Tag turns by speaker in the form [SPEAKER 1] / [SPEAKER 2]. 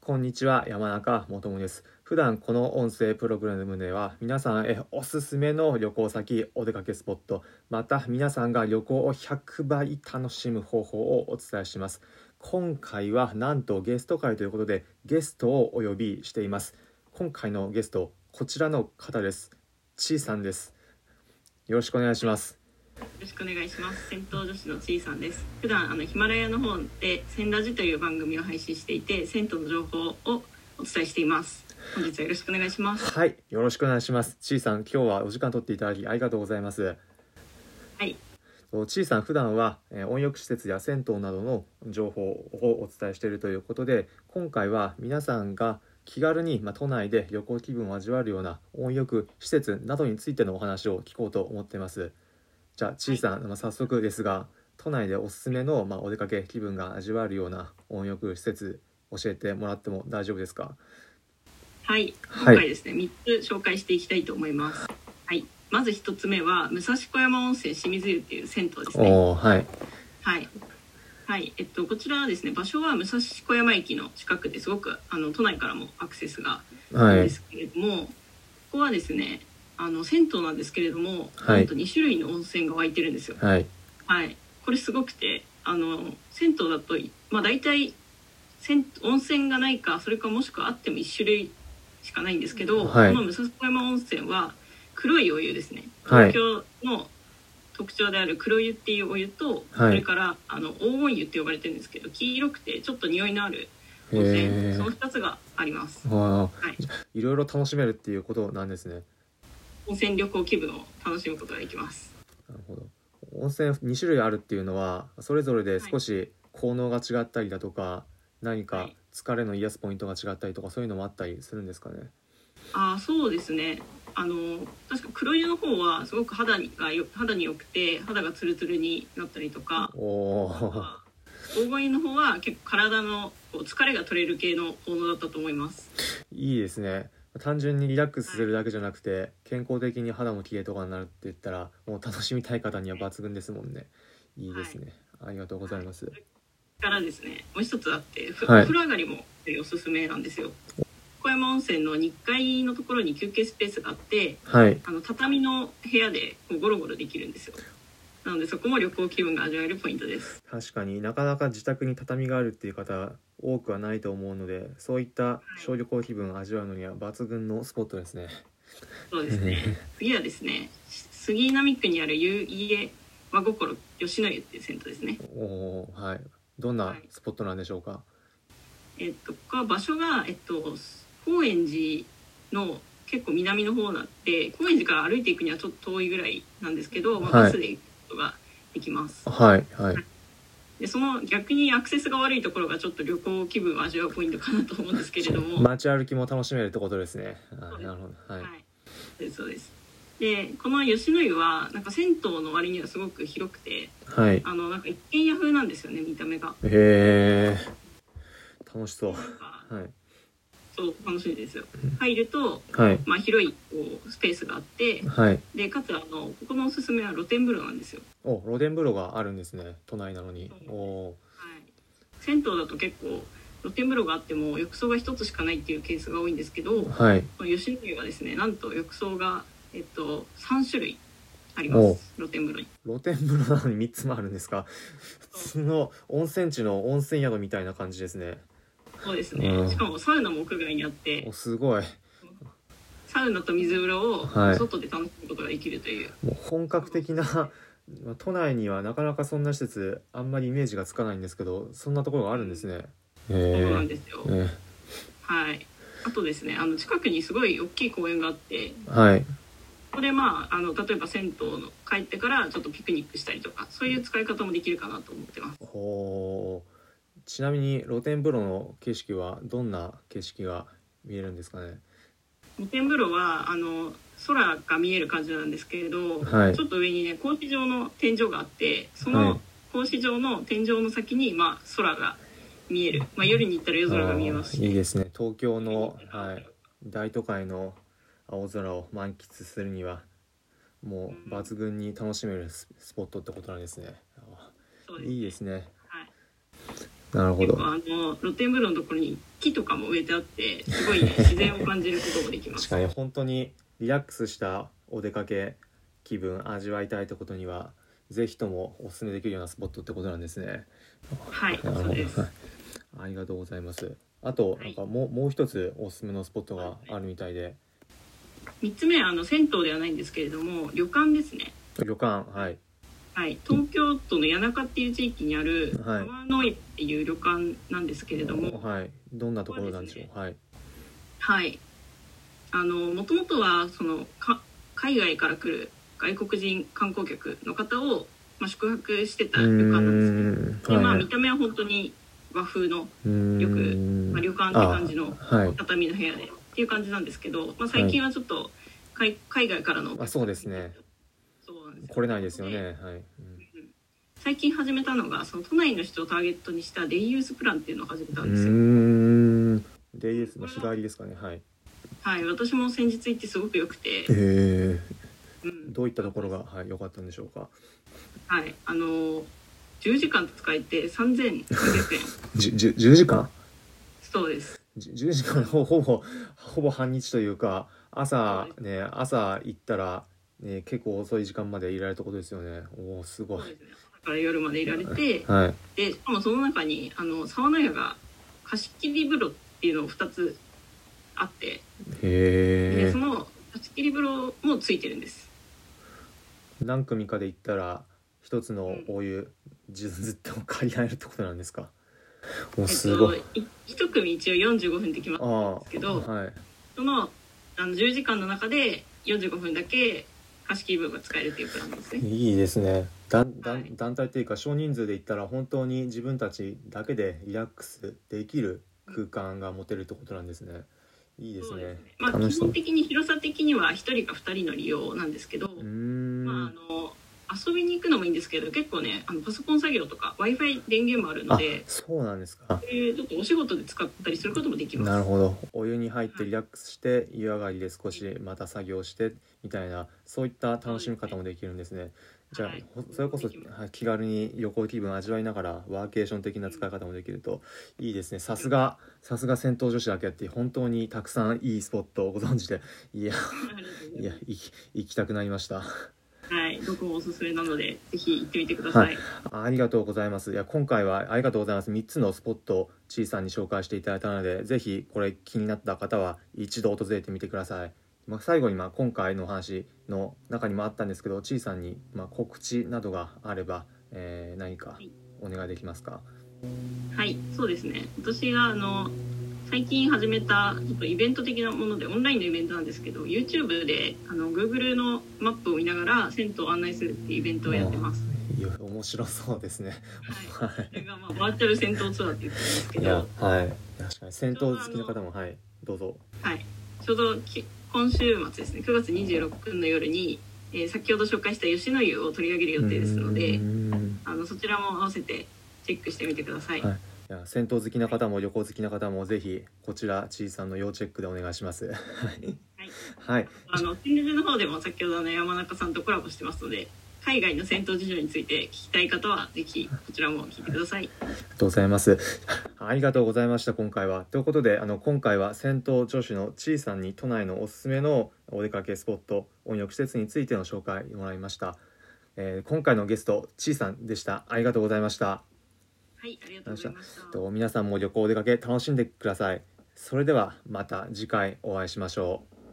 [SPEAKER 1] こんにちは山中もともです普段この音声プログラムでは皆さんへおすすめの旅行先お出かけスポットまた皆さんが旅行を100倍楽しむ方法をお伝えします今回はなんとゲスト会ということでゲストをお呼びしています今回のゲストこちらの方ですちーさんですよろしくお願いします
[SPEAKER 2] よろしくお願いします。戦闘女子のちいさんです。普段あのヒマラヤの方でセンラジという番組を配信していて、銭湯の情報をお伝えしています。本日はよろしくお願いします。
[SPEAKER 1] はいよろしくお願いしますちーさん今日はお時間取っていただきありがとうございます
[SPEAKER 2] はい、
[SPEAKER 1] そうちいさん普段は、えー温浴施設や銭湯などの情報をお伝えしているということで今回は皆さんが気軽に、まあ、都内で旅行気分を味わえるような温浴施設などについてのお話を聞こうと思っていますじゃあちいさん、まあ、早速ですが都内でおすすめの、まあ、お出かけ気分が味わえるような温浴施設教えてもらっても大丈夫ですか
[SPEAKER 2] はい、
[SPEAKER 1] はい
[SPEAKER 2] 今回ですね、三つ紹介していきたいと思います。はい、まず一つ目は武蔵小山温泉清水湯っていう銭湯ですね。
[SPEAKER 1] おおはい
[SPEAKER 2] はい。はい、えっと、こちらはですね、場所は武蔵小山駅の近くですごく、あの都内からもアクセスが
[SPEAKER 1] は
[SPEAKER 2] で
[SPEAKER 1] い
[SPEAKER 2] すけれども、ここはですねあの銭湯なんですけれども、
[SPEAKER 1] はい
[SPEAKER 2] なんと2種類の温泉が湧いてるんです よ。
[SPEAKER 1] はい
[SPEAKER 2] はい、これすごくてあの銭湯だと、まあ、大体銭温泉がないかそれかもしくはあっても1種類しかないんですけど、
[SPEAKER 1] はい
[SPEAKER 2] この武蔵小山温泉は黒いお湯ですね
[SPEAKER 1] はい
[SPEAKER 2] 東京の特徴である黒湯っていうお湯と、
[SPEAKER 1] はい
[SPEAKER 2] それからあの黄金湯って呼ばれてるんですけど黄色くてちょっと匂いのある
[SPEAKER 1] へ
[SPEAKER 2] 温泉
[SPEAKER 1] え
[SPEAKER 2] その2つがあります。
[SPEAKER 1] あ
[SPEAKER 2] はい
[SPEAKER 1] いろいろ楽しめるっていうことなんですね
[SPEAKER 2] 温泉旅行気分を楽しむことができます。
[SPEAKER 1] なるほど温泉2種類あるっていうのはそれぞれで少し効能が違ったりだとか、何
[SPEAKER 2] は
[SPEAKER 1] か
[SPEAKER 2] い
[SPEAKER 1] 疲れの癒すポイントが違ったりとかそういうのもあったりするんですかね
[SPEAKER 2] ああ、そうですね。あの確か黒湯の方はすごく肌にがよ肌に良くて肌がツルツルになったりとか、
[SPEAKER 1] おおー
[SPEAKER 2] 黄金湯の方は結構体のこう疲れが取れる系のものだったと思います。
[SPEAKER 1] いいですね単純にリラックスするだけじゃなくて健康的に肌も綺麗とかになるって言ったらもう楽しみたい方には抜群ですもんねいいですね、ありがとうございます、
[SPEAKER 2] からですね、もう一つあって、ふ
[SPEAKER 1] はい
[SPEAKER 2] お風呂上がりもおすすめなんですよ。小山温泉の2階のところに休憩スペースがあって、
[SPEAKER 1] はい
[SPEAKER 2] あの畳の部屋でこうゴロゴロできるんですよ。なのでそこも旅行気分が味わえるポイントです。
[SPEAKER 1] 確かになかなか自宅に畳があるっていう方多くはないと思うのでそういった小旅行気分を味わうのには抜群のスポットですね
[SPEAKER 2] そうですね。次はですね、杉並区にある夕家和心吉野湯っていう銭湯ですね。
[SPEAKER 1] おーはいどんな
[SPEAKER 2] はい
[SPEAKER 1] スポットなんでしょうか
[SPEAKER 2] えっとここは場所がえっと高円寺の結構南の方なんで、高円寺から歩いていくにはちょっと遠いぐらいなんですけど、まあ
[SPEAKER 1] はい
[SPEAKER 2] バスで行くことができます。
[SPEAKER 1] はいはい
[SPEAKER 2] で、その逆にアクセスが悪いところがちょっと旅行気分を味わうポイントかなと思うんですけれ ども、
[SPEAKER 1] 街歩きも楽しめるってことですねあ
[SPEAKER 2] そうです
[SPEAKER 1] なるほどはい、
[SPEAKER 2] はい、そうですそうです。で、この吉野湯はなんか銭湯の割にはすごく広くて、
[SPEAKER 1] はい、へ
[SPEAKER 2] あのなんか一軒家風なんですよね見た目が。
[SPEAKER 1] え楽しそう
[SPEAKER 2] なんか
[SPEAKER 1] はい
[SPEAKER 2] そう楽しいですよ入ると、
[SPEAKER 1] はい
[SPEAKER 2] まあ、広いこうスペースがあって
[SPEAKER 1] はい
[SPEAKER 2] でかつあのここのおすすめは露天風呂なんですよ、
[SPEAKER 1] お露天風呂があるんですね都内なのに
[SPEAKER 2] そう
[SPEAKER 1] お
[SPEAKER 2] はい、銭湯だと結構露天風呂があっても浴槽が一つしかないっていうケースが多いんですけど
[SPEAKER 1] ーはい
[SPEAKER 2] この吉野湯はですねなんと浴槽が、えっと、3種類あります露天風呂に
[SPEAKER 1] 露天風呂なのに3つもあるんですか普通の温泉地の温泉宿みたいな感じですね
[SPEAKER 2] そうですね、
[SPEAKER 1] うん
[SPEAKER 2] しかもサウナも屋外にあって
[SPEAKER 1] おすごい
[SPEAKER 2] サウナと水風呂を
[SPEAKER 1] はい
[SPEAKER 2] 外で楽しむことができるという、
[SPEAKER 1] もう本格的なまあ都内にはなかなかそんな施設あんまりイメージがつかないんですけどそんなところがあるんですね
[SPEAKER 2] そうなん
[SPEAKER 1] へ
[SPEAKER 2] ですよ、
[SPEAKER 1] えね
[SPEAKER 2] はい。あとですね、あの近くにすごい大きい公園があって、
[SPEAKER 1] はい
[SPEAKER 2] ここでまああの例えば銭湯の帰ってからちょっとピクニックしたりとか、そういう使い方もできるかなと思ってます。
[SPEAKER 1] ほうちなみに露天風呂の景色はどんな景色が見えるんですかね
[SPEAKER 2] 露天風呂はあの空が見える感じなんですけれど、
[SPEAKER 1] はい
[SPEAKER 2] ちょっと上にね格子状の天井があって、そ
[SPEAKER 1] はい
[SPEAKER 2] の格子状の天井の先にまあ空が見える。まあ夜に行ったら夜空が見えます
[SPEAKER 1] あーいい
[SPEAKER 2] し。
[SPEAKER 1] ですね東京の、はい、大都会の青空を満喫するにはもう抜群に楽しめるススポットってことなんですねあ
[SPEAKER 2] そう
[SPEAKER 1] ー
[SPEAKER 2] です
[SPEAKER 1] いいですね
[SPEAKER 2] はい。
[SPEAKER 1] なるほ
[SPEAKER 2] 結
[SPEAKER 1] ど
[SPEAKER 2] 構あの露天風呂のところに木とかも植えてあってすごい、ね、自然を感じることもできま
[SPEAKER 1] 確
[SPEAKER 2] す
[SPEAKER 1] かに本当にリラックスしたお出かけ気分味わいたいってことにはぜひともおすすめできるようなスポットってことなんですね。
[SPEAKER 2] はい
[SPEAKER 1] なる
[SPEAKER 2] そう
[SPEAKER 1] ほど
[SPEAKER 2] です
[SPEAKER 1] はいありがとうございます。あと
[SPEAKER 2] はい
[SPEAKER 1] なんかもうもう一つおすすめのスポットがあるみたいで
[SPEAKER 2] 3つ目はあの銭湯ではないんですけれども旅館ですね
[SPEAKER 1] 旅館はい
[SPEAKER 2] はい、東京都の谷中っていう地域にある
[SPEAKER 1] はい
[SPEAKER 2] 川の井っていう旅館なんですけれども、
[SPEAKER 1] はいどんなところなんでしょう
[SPEAKER 2] こ
[SPEAKER 1] はい
[SPEAKER 2] はい。あの、もともとは、その、か、海外から来る外国人観光客の方を、まあ、宿泊してた
[SPEAKER 1] うー
[SPEAKER 2] 旅館なんですけど、
[SPEAKER 1] ん
[SPEAKER 2] で、まあ、
[SPEAKER 1] はい
[SPEAKER 2] 見た目は本当に和風の
[SPEAKER 1] うーん
[SPEAKER 2] よくまあ旅館って感じの
[SPEAKER 1] あはい
[SPEAKER 2] 畳の部屋でっていう感じなんですけど、まあ、最近はちょっと、海海外からの。
[SPEAKER 1] あそうですね。
[SPEAKER 2] そうなんですよ
[SPEAKER 1] 来れないですよねはいうん
[SPEAKER 2] 最近始めたのが、その都内の人をターゲットにしたデイユースプランっていうのを始めた
[SPEAKER 1] うん
[SPEAKER 2] ですよ。
[SPEAKER 1] ーんデイエスの日帰りですかねはい
[SPEAKER 2] はい、私も先日行ってすごく良く て、
[SPEAKER 1] え
[SPEAKER 2] うん
[SPEAKER 1] どういったところがはい良かったんでしょうか
[SPEAKER 2] はい、あのー10時間使えて3300円
[SPEAKER 1] じゅじゅ10時間
[SPEAKER 2] そ うです
[SPEAKER 1] じゅ10時間ほほぼほぼ半日というか朝
[SPEAKER 2] そう
[SPEAKER 1] ね朝行ったら、ね、結構遅い時間までいられたことですよねおおす
[SPEAKER 2] そ
[SPEAKER 1] ご
[SPEAKER 2] う
[SPEAKER 1] い
[SPEAKER 2] ですね朝から夜までいられて
[SPEAKER 1] はい
[SPEAKER 2] でしかもその中にあのサウナ屋が貸し切り風呂っていうのを2つあってで
[SPEAKER 1] へ
[SPEAKER 2] その貸し切り風呂もついてるんです
[SPEAKER 1] え何組かで行ったら一つのお湯、じゅずっと借りられるってことなんですかおすごい、
[SPEAKER 2] えっと、い1組一応45分できます
[SPEAKER 1] ああ
[SPEAKER 2] けど
[SPEAKER 1] はい
[SPEAKER 2] そのあの10時間の中で45分だけ貸し切り風呂が使えるっていうプランですね
[SPEAKER 1] いいですねだんだん
[SPEAKER 2] はい
[SPEAKER 1] 団体っていうか少人数で行ったら本当に自分たちだけでリラックスできる空間が持てるってことなんですねいいです
[SPEAKER 2] そう
[SPEAKER 1] ね
[SPEAKER 2] ですねまあ
[SPEAKER 1] 楽し
[SPEAKER 2] 基
[SPEAKER 1] そう
[SPEAKER 2] 本的に広さ的には1人か2人の利用なんですけど、
[SPEAKER 1] うーん、
[SPEAKER 2] まあ、あの遊びに行くのもいいんですけど結構ねあのパソコン作業とか w i f i 電源もあるの
[SPEAKER 1] あ
[SPEAKER 2] で
[SPEAKER 1] そうなんですか
[SPEAKER 2] そういうちょっとお仕事で使ったりすることもできます
[SPEAKER 1] なるほどお湯に入ってリラックスして湯上がりで少しまた作業してみたいなそういった楽しみ方もできるんですねじゃあ、
[SPEAKER 2] はい
[SPEAKER 1] ほそれこそ
[SPEAKER 2] できます
[SPEAKER 1] はい気軽に旅行気分味わいながらワーケーション的な使い方もできるといいですねさすがさすが銭湯女子だけあって本当にたくさんいいスポットをご存知でいや
[SPEAKER 2] ありがとうご
[SPEAKER 1] い
[SPEAKER 2] ざい
[SPEAKER 1] や
[SPEAKER 2] ます
[SPEAKER 1] 行き行きたくなりました
[SPEAKER 2] はいどこもおすすめなのでぜひ行ってみてください、
[SPEAKER 1] ありがとうございます。いや今回はありがとうございます。3つのスポットをちいさんに紹介していただいたので、ぜひこれ気になった方は一度訪れてみてください。まあ、最後にまあ今回のお話の中にもあったんですけど、ちいさんにまあ告知などがあれば、えー何か
[SPEAKER 2] はい
[SPEAKER 1] お願いできますか。
[SPEAKER 2] はいそうですね私があの最近始めたちょっとイベント的なものでオンラインのイベントなんですけど YouTube であの Google のマップを見ながら銭湯を案内するっていうイベントをやってます、
[SPEAKER 1] いや面白そうですね。
[SPEAKER 2] はい、
[SPEAKER 1] は
[SPEAKER 2] それが、まあ、バーチャル銭湯ツアーって言ってるんですけ
[SPEAKER 1] い。い
[SPEAKER 2] ど
[SPEAKER 1] やはい。確かに戦闘好きの方もはいどうぞ。
[SPEAKER 2] はい、ちょうどき今週末ですね9月26日の夜に、えー先ほど紹介した吉野湯を取り上げる予定ですの
[SPEAKER 1] う
[SPEAKER 2] で
[SPEAKER 1] ーん
[SPEAKER 2] あのそちらも合わせてチェックしてみてください、
[SPEAKER 1] はいいや戦闘好きな方も旅行好きな方もぜひこちらちいさんの要チェックでお願いします。 はい。はい。
[SPEAKER 2] あの新宿の方でも先ほどの山中さんとコラボしてますので海外の戦闘事情について聞きたい方はぜひこちらも聞いてください
[SPEAKER 1] ありがとうございます。 ありがとうございました、今回は。ということで、あの、今回は銭湯女子のちいさんに都内のおすすめのお出かけスポット、温浴施設についての紹介もらいました。えー今回のゲスト、ちいさんでした。ありがとうございました。
[SPEAKER 2] はいありがとうございました
[SPEAKER 1] と皆さんも旅行お出かけ楽しんでください。それではまた次回お会いしましょう。